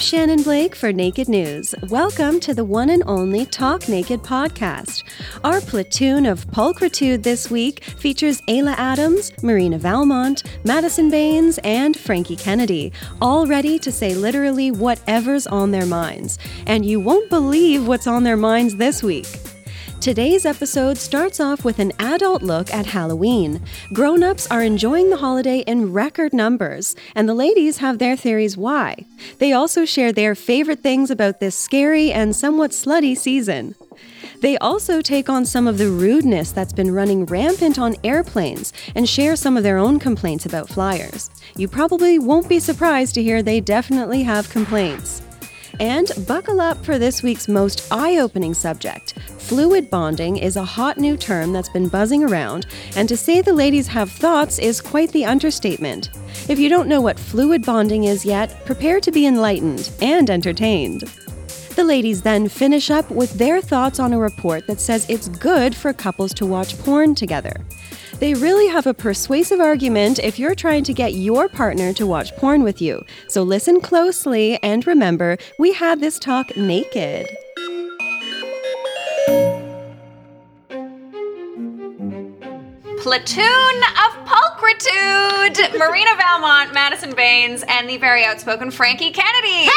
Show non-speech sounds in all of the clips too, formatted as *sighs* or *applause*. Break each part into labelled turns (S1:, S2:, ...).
S1: Shannon Blake for Naked News. Welcome to the one and only Talk Naked podcast. Our platoon of pulchritude this week features Ayla Adams, Marina Valmont, Madison Baines, and Frankie Kennedy, all ready to say literally whatever's on their minds. And you won't believe what's on their minds this week. Today's episode starts off with an adult look at Halloween. Grown ups are enjoying the holiday in record numbers, and the ladies have their theories why. They also share their favorite things about this scary and somewhat slutty season. They also take on some of the rudeness that's been running rampant on airplanes and share some of their own complaints about flyers. You probably won't be surprised to hear they definitely have complaints. And buckle up for this week's most eye opening subject. Fluid bonding is a hot new term that's been buzzing around, and to say the ladies have thoughts is quite the understatement. If you don't know what fluid bonding is yet, prepare to be enlightened and entertained. The ladies then finish up with their thoughts on a report that says it's good for couples to watch porn together. They really have a persuasive argument if you're trying to get your partner to watch porn with you. So listen closely and remember, we had this talk naked.
S2: platoon of pulchritude Marina Valmont, Madison Baines, and the very outspoken Frankie Kennedy.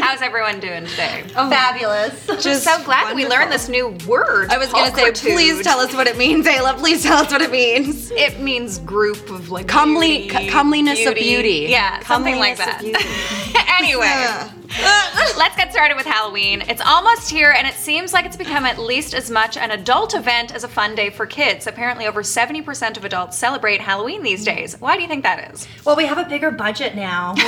S2: *laughs* How's everyone doing today?
S3: Oh, Fabulous.
S2: Just so glad that we learned this new word.
S3: I was going to say,
S2: pulchritude.
S3: please tell us what it means, Ayla. Please tell us what it means.
S2: It means group of like
S3: Comely-
S2: beauty,
S3: c- comeliness of beauty.
S2: Yeah, something like
S3: Comeliness of
S2: that. *laughs* anyway. Let's get started with Halloween. It's almost here, and it seems like it's become at least as much an adult event as a fun day for kids. Apparently, over 70% of adults celebrate Halloween these days. Why do you think that is?
S4: Well, we have a bigger budget
S2: *laughs*
S4: now. When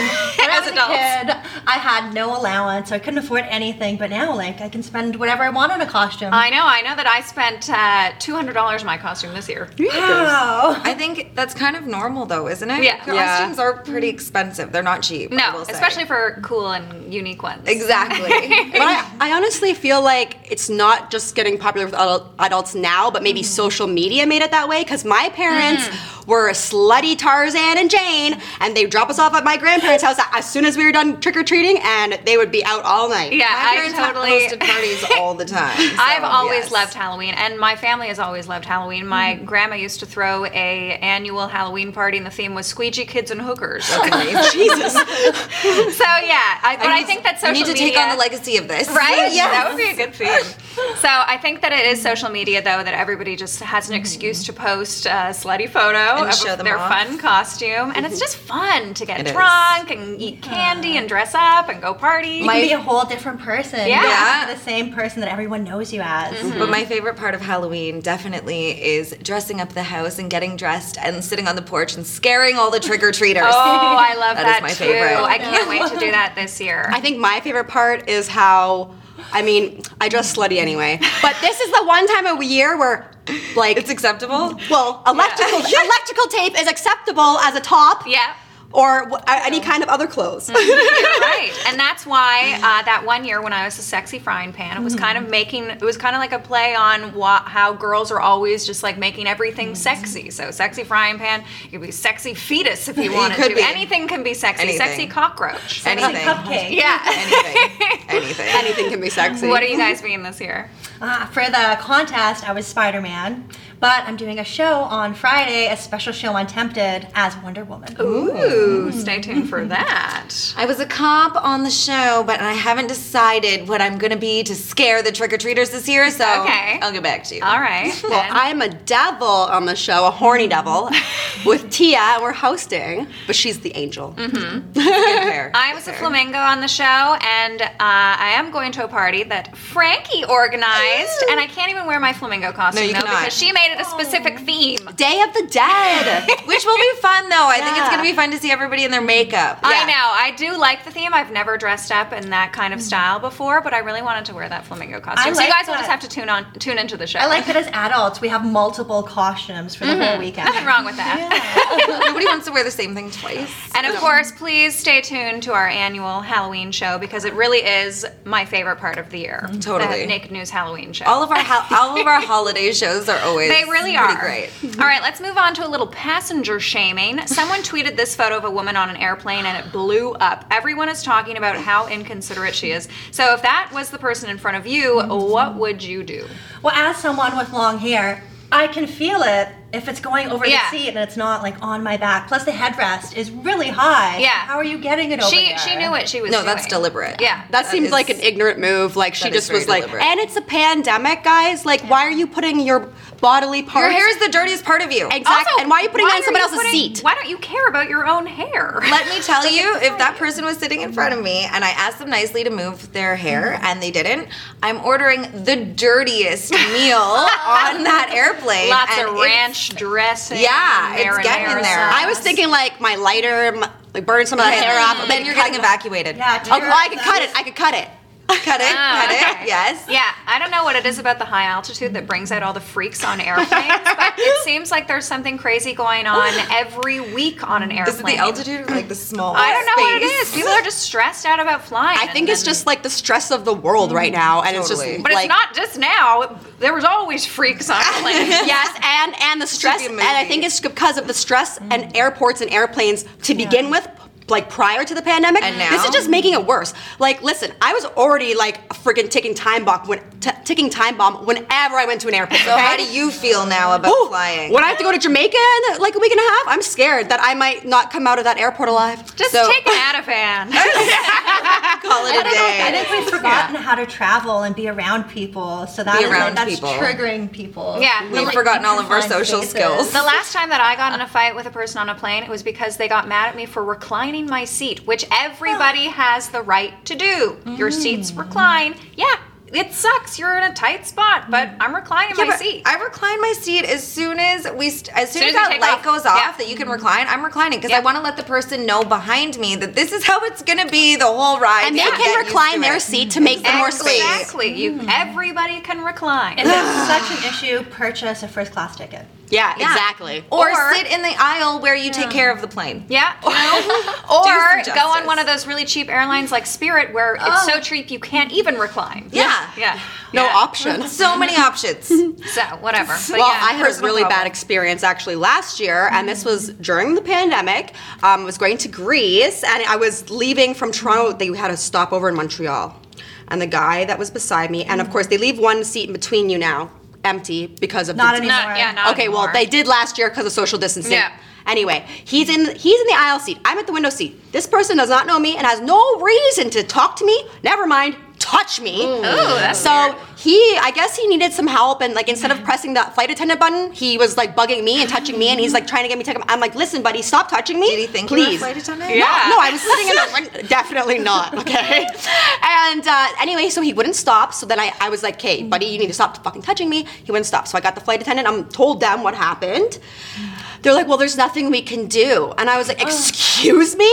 S4: I
S2: As
S4: was a
S2: adults.
S4: kid, I had no allowance. I couldn't afford anything, but now, like, I can spend whatever I want on a costume.
S2: I know, I know that I spent uh, $200 on my costume this year.
S4: wow.
S3: I think that's kind of normal, though, isn't it?
S2: Yeah. Yeah.
S3: Costumes are pretty expensive. They're not cheap. I
S2: No,
S3: will say.
S2: especially for cool and unique ones.
S3: *laughs* Exactly.
S5: But I, I honestly feel like it's not just getting popular with adult, adults now, but maybe
S2: Mm-hmm.
S5: social media made it that way. Because my parents were slutty Tarzan and Jane, and they drop us off at my grandparents' house as soon as we were done trick or treating, and they would be out all night.
S2: Yeah,
S3: My
S2: I
S3: parents have
S2: totally.
S3: hosted parties all the *laughs* time.
S2: I've
S3: so,
S2: always
S3: yes. *laughs*
S2: loved Halloween, and my family has always loved Halloween. My grandma used to throw a annual Halloween party, and the theme was squeegee kids and hookers. so yeah,
S5: Jesus.
S2: I, but I, think that social
S3: You need to
S2: media,
S3: take on the legacy of this.
S2: *laughs* Right?
S3: *laughs* Yeah.
S2: That would be a good theme. So I think that it is social media, though, that everybody just has an excuse to post a slutty photo
S3: Mm-hmm. And
S2: of
S3: show them
S2: their
S3: off. Mm-hmm.
S2: fun costume. And it's just fun to get
S3: It is.
S2: drunk and eat candy and dress up and go party.
S4: You can be a whole different person. You
S2: Yeah. Mm-hmm.
S4: can be the same person that everyone knows you as.
S3: But my favorite part of Halloween definitely is dressing up the house and getting dressed and sitting on the porch and scaring all the trick or treaters.
S2: oh, I love that,
S3: *laughs* That is my
S2: too.
S3: favorite.
S2: I can't wait to do that this year.
S5: I think my favorite part is how, I mean, I dress slutty anyway, but this is the one time of year where, like,
S3: It's acceptable.
S5: well, electrical
S2: *laughs*
S5: electrical tape is acceptable as a top.
S2: yeah. Mm-hmm.
S5: or wh- a- any kind of other clothes.
S2: You're right. And that's why uh, that one year when I was a sexy frying pan, it was kind of making, it was kind of like a play on wha- how girls are always just like making everything sexy. So, sexy frying pan, you could be sexy fetus if you wanted
S3: could
S2: to.
S3: be.
S2: Anything can be sexy.
S3: Anything.
S2: Sexy cockroach.
S4: It's like
S3: Anything.
S2: *laughs*
S4: cupcake.
S2: yeah.
S3: Anything. Anything. *laughs*
S5: *laughs* Anything can be sexy.
S2: What are you guys being this year?
S4: Ah, for the contest, I was Spider Man, but I'm doing a show on Friday, a special show on Tempted as Wonder Woman.
S2: Ooh, stay tuned for that.
S3: I was a cop on the show, but I haven't decided what I'm gonna be to scare the trick or treaters this year. So
S2: Okay.
S3: I'll get back to you.
S2: All right.
S5: Well,
S2: then.
S5: I'm a devil on the show, a horny devil, with Tia, and we're hosting, but she's the angel.
S3: Good pair.
S2: I was a flamingo on the show, and uh, I am going to a party that Frankie organized, and I can't even wear my flamingo costume
S3: No, you
S2: though
S3: cannot.
S2: because she made it a specific theme.
S5: Day of the Dead.
S3: Which will be fun though. I think it's
S5: Yeah.
S3: gonna be fun to see everybody in their makeup.
S2: I know. I do like the theme. I've never dressed up in that kind of style before, but I really wanted to wear that flamingo costume. so you
S4: like
S2: guys will just have
S4: that.
S2: to tune on, tune into the show.
S4: I like that as adults, we have multiple costumes for the whole
S2: *laughs*
S4: weekend.
S2: Nothing wrong with that.
S3: *laughs* Nobody wants to wear the same thing twice.
S2: And of course, please stay tuned to our annual Halloween show because it really is my favorite part of the year.
S3: Totally.
S2: The Naked News Halloween show.
S3: All of our ho- all of our holiday shows are always
S2: They really *laughs*
S3: pretty
S2: are.
S3: great.
S2: All right, let's move on to a little passenger shaming. Someone tweeted this photo of a woman on an airplane and it blew up. Everyone is talking about how inconsiderate she is. So if that was the person in front of you, what would you do?
S4: Well, as someone with long hair, I can feel it if it's going over
S2: Yeah.
S4: the seat and it's not like on my back. Plus, the headrest is really high.
S2: Yeah.
S4: How are you getting it over
S2: She
S4: there?
S2: she knew what she was
S3: No, that's
S2: doing.
S3: deliberate.
S2: Yeah.
S5: That, seems
S3: is-
S5: like an ignorant move. Like she
S3: that
S5: just
S3: is
S5: was
S3: very
S5: like,
S3: deliberate.
S5: and it's a pandemic, guys. Like, why are you putting your bodily parts?
S3: Your
S5: *laughs*
S3: hair's the dirtiest part of you.
S5: exactly. and why are you putting it on someone
S2: you
S5: else's
S2: putting-
S5: seat?
S2: Why don't you care about your own hair?
S3: Let me tell you, if that person was sitting in front of me and I asked them nicely to move their hair
S2: Mm-hmm.
S3: and they didn't, I'm ordering the dirtiest
S2: *laughs*
S3: meal on that airplane.
S2: *laughs* Lots
S3: and
S2: of
S3: it's-
S2: ranch dressing.
S3: Yeah, it's getting
S2: marinara
S3: there.
S2: sauce.
S5: I was thinking like my lighter, my, like burn some of that
S3: Okay, *laughs*
S5: hair off.
S3: Then you're getting evacuated.
S4: Yeah,
S5: Oh, well, I could cut it. I could cut it.
S3: Cut it,
S2: Ah,
S3: cut
S2: okay.
S3: it, yes.
S2: Yeah, I don't know what it is about the high altitude that brings out all the freaks on airplanes, but
S5: *laughs*
S2: it seems like there's something crazy going on every week on an airplane.
S3: Is it the altitude or like the small
S2: I don't know what it
S3: space?
S2: is. People are just stressed out about flying.
S5: I
S2: and
S5: think it's
S2: then-
S5: just like the stress of the world right now, and it's
S3: Totally.
S5: just
S2: But
S5: like
S2: it's not just now. There was always freaks on
S5: *laughs*
S2: planes.
S5: yes, and and the stress,
S3: be a
S5: and I
S3: movie.
S5: think it's because of the stress
S3: Mm.
S5: and airports and airplanes to begin with. Like prior to the pandemic,
S3: And
S5: this is
S3: now?
S5: just making it worse. Like, listen, I was already like a freaking ticking time bomb when t- ticking time bomb whenever I went to an airport.
S3: So
S5: okay? *laughs*
S3: how do you feel now about
S5: Ooh,
S3: flying?
S5: When I have to go to Jamaica in like a week and a half, I'm scared that I might not come out of that airport alive.
S2: Just
S5: So-
S2: take an Ativan.
S3: Call it a
S4: I
S3: day.
S4: think we've forgotten how to travel and be around people, so that
S3: Be
S4: is, like,
S3: around
S4: that's
S3: people.
S4: triggering people.
S2: Yeah.
S4: To,
S2: We've
S4: like,
S3: forgotten all of our
S4: find
S3: social
S4: spaces.
S3: skills.
S2: The last time that I got in a fight with a person on a plane, it was because they got mad at me for reclining my seat, which everybody has the right to do. Your
S5: Mm.
S2: seats recline. Yeah, it sucks. You're in a tight spot,
S5: Mm.
S2: but I'm reclining
S3: Yeah,
S2: my
S3: but
S2: seat.
S3: I recline my seat as soon as we, st- as soon,
S2: Soon as
S3: as,
S2: you
S3: that
S2: take
S3: light
S2: off.
S3: goes off Mm-hmm.
S2: Yeah.
S3: that you can recline. I'm reclining because I
S2: Yeah.
S3: want to let the person know behind me that this is how it's gonna be the whole ride.
S5: and
S3: so
S5: they
S3: get
S5: can
S3: used to
S5: recline their
S3: it.
S5: seat to make them more
S3: Exactly.
S5: space. Mm.
S2: exactly. You. Everybody can recline.
S4: If
S3: *sighs*
S4: it's such an issue, purchase a first class ticket.
S5: Yeah,
S3: Yeah.
S5: exactly.
S3: Or,
S2: Or-
S3: sit in the aisle where you take care of the plane.
S5: *laughs*
S2: Yeah.
S3: some
S2: or go on
S3: justice.
S2: one of those really cheap airlines like Spirit where it's so cheap you can't even recline.
S3: Yeah.
S2: Yeah.
S5: Oh. no
S2: Yeah.
S5: option.
S3: So *laughs* many options. Ooh,
S2: So,
S5: *laughs*
S2: whatever. But
S5: well,
S2: yeah.
S5: I had a
S3: personal
S5: really bad
S3: problem.
S5: experience actually last year, and this was during the pandemic. Um, I was going to Greece, and I was leaving from Toronto. They had a stopover in Montreal, and the guy that was beside me, and of course, they leave one seat in between you now, empty because of
S4: Not
S5: the,
S4: anymore.
S2: Not, yeah, not
S5: okay, well,
S2: anymore.
S5: they did last year because of social distancing.
S2: Yeah.
S5: Anyway, he's in he's in the aisle seat. I'm at the window seat. This person does not know me and has no reason to talk to me. Never mind, touch me.
S2: that's Mm-hmm.
S5: so he, I guess he needed some help, and like instead of pressing the flight attendant button, he was like bugging me and touching me, and he's like trying to get me to come. I'm like, listen, buddy, stop touching me.
S3: Did he think you were a
S5: please?
S3: flight attendant?
S5: No,
S2: Yeah.
S5: no, I was sitting
S3: *laughs*
S5: in the win- definitely not. Okay. And uh, anyway, so he wouldn't stop. So then I, I was like, "Okay, buddy, you need to stop fucking touching me." He wouldn't stop. So I got the flight attendant. I'm told them what happened. They're like, "Well, there's nothing we can do." And I was like, "Excuse me."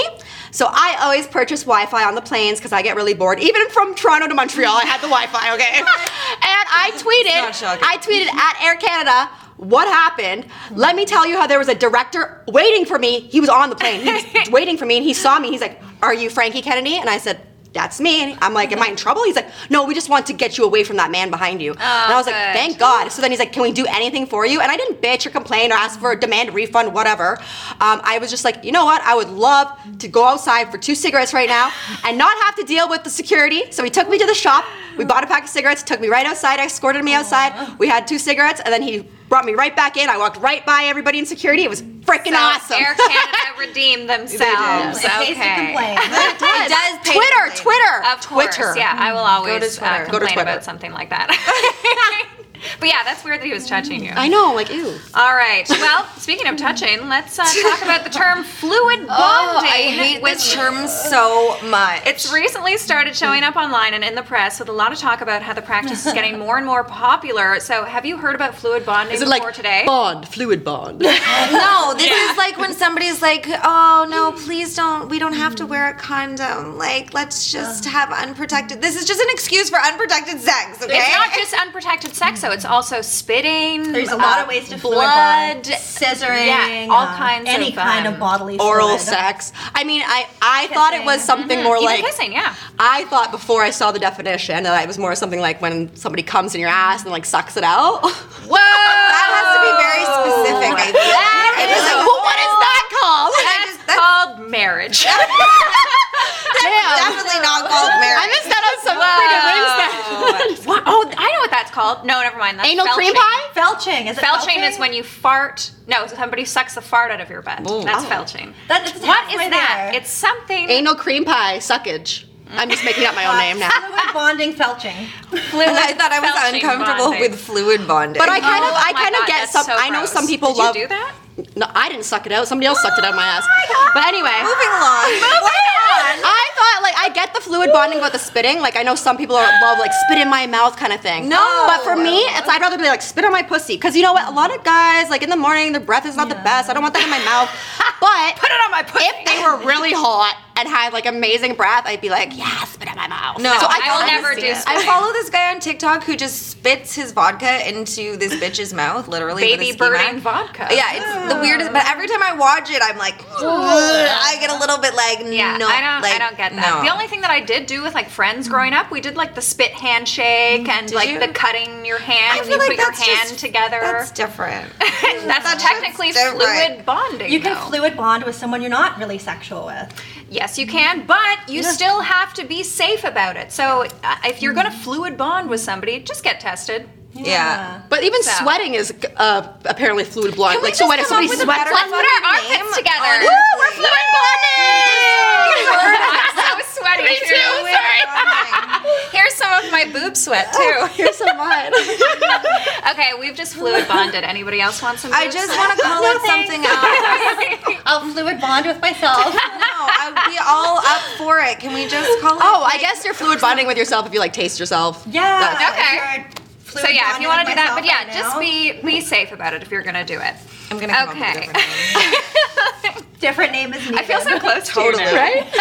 S5: So I always purchase Wi-Fi on the planes because I get really bored. Even from Toronto to Montreal, I had the Wi-Fi.
S3: *laughs*
S5: Okay. and I
S3: not
S5: tweeted.
S3: shocking.
S5: I tweeted at Air Canada. What happened? Let me tell you how there was a director waiting for me. He was on the plane. He was waiting for me and he saw me. He's like, Are you Frankie Kennedy? And I said, That's me. And I'm like, Am I in trouble? He's like, No, we just want to get you away from that man behind you. and I was like,
S2: good.
S5: Thank God. So then he's like, Can we do anything for you? And I didn't bitch or complain or ask for a demand refund, whatever. Um, I was just like, You know what? I would love to go outside for two cigarettes right now and not have to deal with the security. So he took me to the shop. We bought a pack of cigarettes, took me right outside, escorted me outside. We had two cigarettes, and then he brought me right back in. I walked right by everybody in security. It was freaking
S2: So,
S5: awesome.
S2: Air
S3: *laughs*
S2: Canada redeemed themselves. okay. Uh,
S4: In case you
S2: *laughs*
S4: complain.
S3: It does pay to
S5: Twitter,
S3: complain.
S5: Twitter,
S2: Of course,
S5: Twitter.
S2: yeah. I will always
S3: Mm-hmm. Go to Twitter.
S2: Uh,
S3: Go to
S2: complain
S5: Twitter.
S2: about something like
S3: *laughs*
S2: that. but yeah, that's weird that he was touching you.
S5: I know, like ew.
S2: All right. Well, speaking of touching, let's uh, talk about the
S3: *laughs*
S2: term fluid bonding.
S3: Oh, I hate this *laughs*
S2: which
S3: term so much.
S2: It's recently started showing up online and in the press with a lot of talk about how the practice is
S3: *laughs*
S2: getting more and more popular. So, have you heard about fluid bonding
S5: Is it
S2: before
S5: like
S2: today?
S5: bond, fluid
S2: *laughs*
S5: bond?
S3: No, this is like when somebody's like, "Oh no, please don't. We don't have to wear a condom. Like, let's just have unprotected. This is just an excuse for unprotected sex, okay?"
S2: It's not just unprotected sex, though. It's also spitting.
S4: There's a
S2: uh,
S4: lot of ways to fluid
S2: blood,
S4: bond. scissoring,
S2: yeah, all
S4: uh,
S2: kinds
S4: any
S2: of,
S4: kind
S2: um,
S4: of bodily
S5: Oral
S4: fluid.
S5: sex. I mean, I I thought it was
S4: Kissing.
S5: something more
S2: Mm-hmm. Even
S5: like
S2: kissing, yeah.
S5: I thought before I saw the definition that it was more something like when somebody comes in your ass and like sucks it *laughs* out.
S2: Whoa! That
S3: That
S2: Oh.
S3: has to be very specific. I think.
S2: That is
S3: It was like,
S5: well, what is that called?
S2: That's
S3: that's-
S2: called
S4: *laughs*
S5: *laughs* Oh,
S2: called? No, never mind. That's
S5: Anal cream
S2: felching.
S5: pie?
S4: Felching. Is it
S2: Felching is when you fart. No, somebody sucks a fart out of your butt. That's
S5: Oh.
S2: felching.
S4: That- it's
S2: what is
S4: halfway
S2: that?
S4: there.
S2: It's something
S5: Anal cream pie suckage. I'm just making up my own name
S4: *laughs*
S5: now.
S4: Fluid bonding felching. *laughs*
S2: fluid.
S3: I thought I was
S2: felching
S3: uncomfortable
S2: bonding.
S3: with fluid bonding.
S5: But I kind
S2: Oh
S5: of, I
S2: my
S5: kind
S2: God,
S5: of get
S2: that's
S5: some.
S2: so
S5: I know
S2: gross.
S5: some people
S2: Did
S5: love.
S2: You do that?
S5: *laughs* No, I didn't suck it out. Somebody else sucked it out of Oh my ass. But anyway,
S3: *laughs*
S2: *laughs*
S3: moving along.
S5: I thought like I get the fluid bonding about the spitting. Like I know some people are, love like spit in my mouth kind of thing.
S3: No.
S5: but for me, it's I'd rather be like spit on my pussy because you know what? A lot of guys like in the morning their breath is not the best. I don't want that in my mouth. But
S2: Put it on my pussy.
S5: if they were really hot and had like amazing breath, I'd be like, yeah, spit in my mouth.
S3: No, I
S2: will
S5: kinda
S2: never
S5: see
S2: do
S5: it.
S2: spit.
S3: I follow this guy on TikTok who just spits his vodka into this bitch's mouth, literally. with
S2: Baby
S3: a ski mask.
S2: birding vodka.
S3: Yeah, it's the weirdest. But every time I watch it, I'm like, I get a little bit like,
S2: Yeah,
S3: no,
S2: I don't.
S3: like,
S2: I don't get that.
S3: no. Mm.
S2: The only thing that I did do with like friends growing up, we did like the spit handshake and like
S3: you?
S2: the cutting your hand
S3: I
S2: when you
S3: feel like
S2: put your
S3: that's
S2: hand
S3: just,
S2: together.
S4: *laughs*
S3: That's different.
S2: That's, technically
S3: different.
S2: fluid bonding.
S4: You can
S2: though.
S4: fluid bond with someone you're not really sexual with.
S2: Oh. Yes, you can, but you still have to be safe about it. So uh, if you're
S3: Mm.
S2: going to fluid bond with somebody, just get tested.
S3: Yeah.
S5: But even
S2: So.
S5: sweating is uh, apparently fluid bond.
S3: we
S5: Like so
S3: just
S5: when
S3: come up
S5: somebody
S3: with a
S5: sweats,
S3: better
S2: Let's put our
S3: fucking
S2: armpits
S3: name
S2: together. *laughs*
S3: on
S2: Woo,
S5: *laughs* we're fluid bonding.
S2: I'm so
S3: *laughs*
S2: sweaty.
S5: Me too,
S2: Fluid
S5: sorry.
S2: bonding. Here's some of my boob sweat too.
S5: Here's some mine.
S2: *laughs* Okay, we've just fluid bonded. Anybody else want some?
S3: I
S2: boob
S3: just
S2: sweat?
S3: want to call it something else.
S4: I'll fluid bond with myself.
S2: *laughs*
S3: No, I'd be all up for it. Can we just call it?
S5: Oh, I
S3: like-
S5: guess you're fluid bonding with yourself if you like taste yourself.
S4: yeah.
S5: That's-
S2: Okay.
S4: if you're fluid
S2: *laughs* So yeah, if you
S4: bonding
S2: want
S4: with
S2: to do that,
S4: myself
S2: but yeah,
S4: right
S2: just
S4: now.
S2: be be safe about it if you're going to do it.
S3: I'm gonna come up with a
S2: Okay.
S3: different name.
S4: *laughs* different name is needed.
S2: I
S4: *laughs*
S2: feel so close to you now.
S5: Right?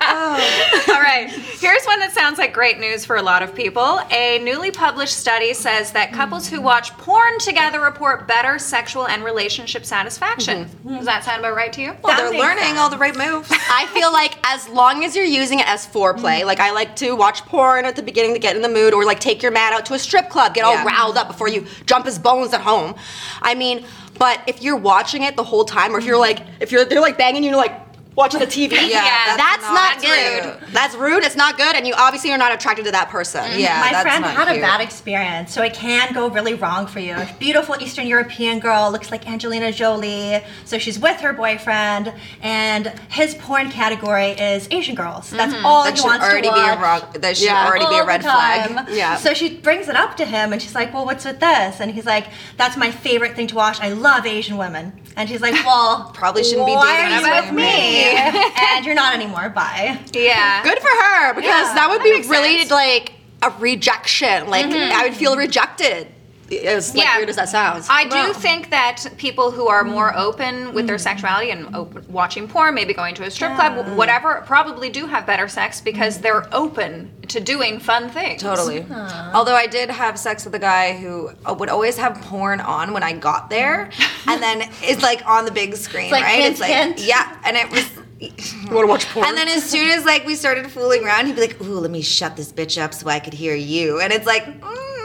S2: All right. Here's one that sounds like great news for a lot of people. A newly published study says that couples who watch porn together report better sexual and relationship satisfaction. Does that sound about right to you?
S3: Well, they're
S4: makes
S3: learning
S4: sense.
S3: all the right moves.
S5: I feel like as long as you're using it as foreplay, like I like to watch porn at the beginning to get in the mood, or like take your man out to a strip club, get all
S3: Yeah.
S5: riled up before you jump his bones at home. I mean, but if you're watching it the whole time, or if you're like, if you're they're like banging, you, you're like watching the TV.
S3: Yeah,
S2: Yeah,
S5: That's, not,
S3: that's
S5: good. That's rude. It's not good, and you obviously are not attracted to that person.
S3: Mm-hmm. Yeah,
S4: My
S3: that's
S4: friend
S3: not
S4: had a
S3: cute.
S4: bad experience, so it can go really wrong for you. Beautiful Eastern European girl, looks like Angelina Jolie. So she's with her boyfriend, and his porn category is Asian girls. That's
S2: Mm-hmm.
S4: all
S3: That
S4: he
S3: should
S4: wants to watch.
S3: already be a wrong. That should
S5: Yeah.
S3: already be
S4: all
S3: a
S4: the
S3: red
S4: time.
S3: flag.
S5: Yeah.
S4: So she brings it up to him, and she's like, "Well, what's with this?" And he's like, "That's my favorite thing to watch. I love Asian women." And she's like, "Well,
S3: *laughs* Probably shouldn't be
S4: why
S3: dating
S4: are you
S3: Asian
S4: with
S3: women."
S4: me?"
S3: *laughs*
S4: and you're not anymore. Bye.
S2: Yeah.
S5: Good for her because
S4: Yeah,
S5: that would
S2: that
S5: be
S2: makes
S5: really
S2: sense.
S5: like a rejection. Like I would feel rejected. As like,
S2: Yeah.
S5: weird as that sounds.
S2: I do think that people who are more open with
S3: Hmm.
S2: their sexuality and open, watching porn, maybe going to a strip club, whatever, probably do have better sex because they're open to doing fun things.
S3: Totally. Although I did have sex with a guy who uh, would always have porn on when I got there, and then it's like on the big screen,
S4: like,
S3: right?
S4: hint,
S3: it's like
S4: hint.
S3: yeah, and it was.
S5: You want to watch porn?
S3: And then as soon as like we started fooling around, he'd be like, "Ooh, let me shut this bitch up so I could hear you," and it's like.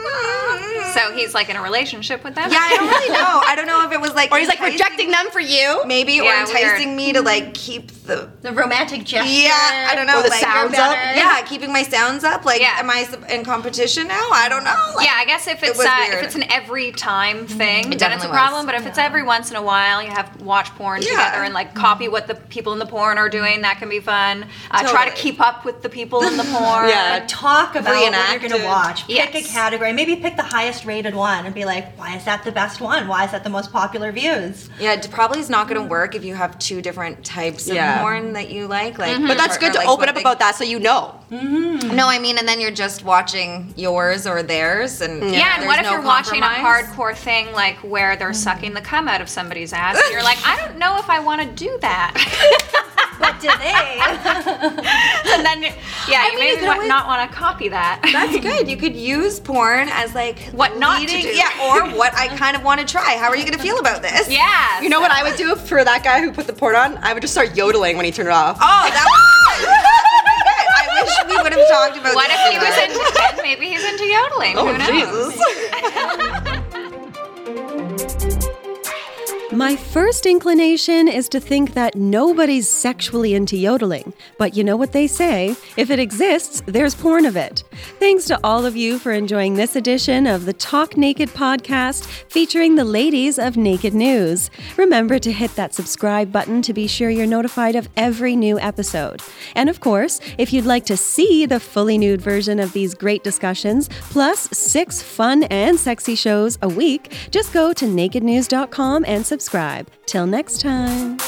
S3: mm,
S2: So he's like in a relationship with them?
S3: yeah, I don't really know. I don't know if it was like
S5: or he's like
S3: enticing-
S5: rejecting them for you.
S3: maybe or
S2: Yeah,
S3: enticing me to like keep the
S4: The romantic gesture.
S3: Yeah, I don't know.
S5: Or the
S3: like,
S5: sounds
S3: you're
S5: up.
S3: better. Yeah, keeping my sounds up. Like,
S2: Yeah.
S3: am I sub- in competition now? I don't know. Like,
S2: yeah, I guess if
S3: it
S2: it's
S3: was
S2: uh, if
S3: weird. Mm-hmm.
S2: it's an every time thing, then it's a
S3: definitely was.
S2: problem. But if it's every once in a while, you have to watch porn
S3: Yeah. Mm-hmm.
S2: together and like copy what the people in the porn are doing. That can be fun. Uh, Try to
S3: Totally.
S2: keep up with the people in
S3: *laughs*
S2: the porn.
S5: Yeah.
S4: Like, talk about what you're
S3: Reenacted.
S4: gonna watch. Pick
S2: Yes.
S4: a category. Maybe pick the highest rated one and be like, why is that the best one? Why is that the most popular
S3: *laughs*
S4: views?
S3: yeah, it probably is not going to work if you have two different types of
S5: Yeah.
S3: porn that you like. Like,
S5: But that's good to open up about that so you know.
S3: No, I mean, and then you're just watching yours or theirs, and
S2: Yeah, and
S3: there's
S2: what if
S3: no
S2: you're watching a
S3: compromise. Mm-hmm.
S2: hardcore thing like where they're sucking the cum out of somebody's ass and you're like, I don't know if I want to do
S3: *laughs*
S2: that.
S4: But do they?
S2: and then, yeah, you
S3: mean, you
S2: maybe
S3: could
S2: wa-
S3: always-
S2: not want to copy that.
S3: That's good. You could use porn as like
S2: What not to do.
S3: Yeah,
S2: *laughs*
S3: or what I kind of want to try. How are you going to feel about
S2: *laughs*
S3: this?
S2: yeah.
S5: You know what I would do for that guy who put the port on? I would just start yodeling when he turned it off.
S3: Oh, that was good. I wish we would have talked about
S2: What
S3: this
S2: if he was
S3: more.
S2: into and maybe he's into
S3: Oh,
S5: Oh,
S2: yodeling? Who knows?
S5: Jesus.
S1: My first inclination is to think that nobody's sexually into yodeling, but you know what they say if it exists, there's porn of it. Thanks to all of you for enjoying this edition of the Talk Naked podcast featuring the ladies of Naked News. Remember to hit that subscribe button to be sure you're notified of every new episode. And of course, if you'd like to see the fully nude version of these great discussions, plus six fun and sexy shows a week, just go to nakednews.com and subscribe. Till next time.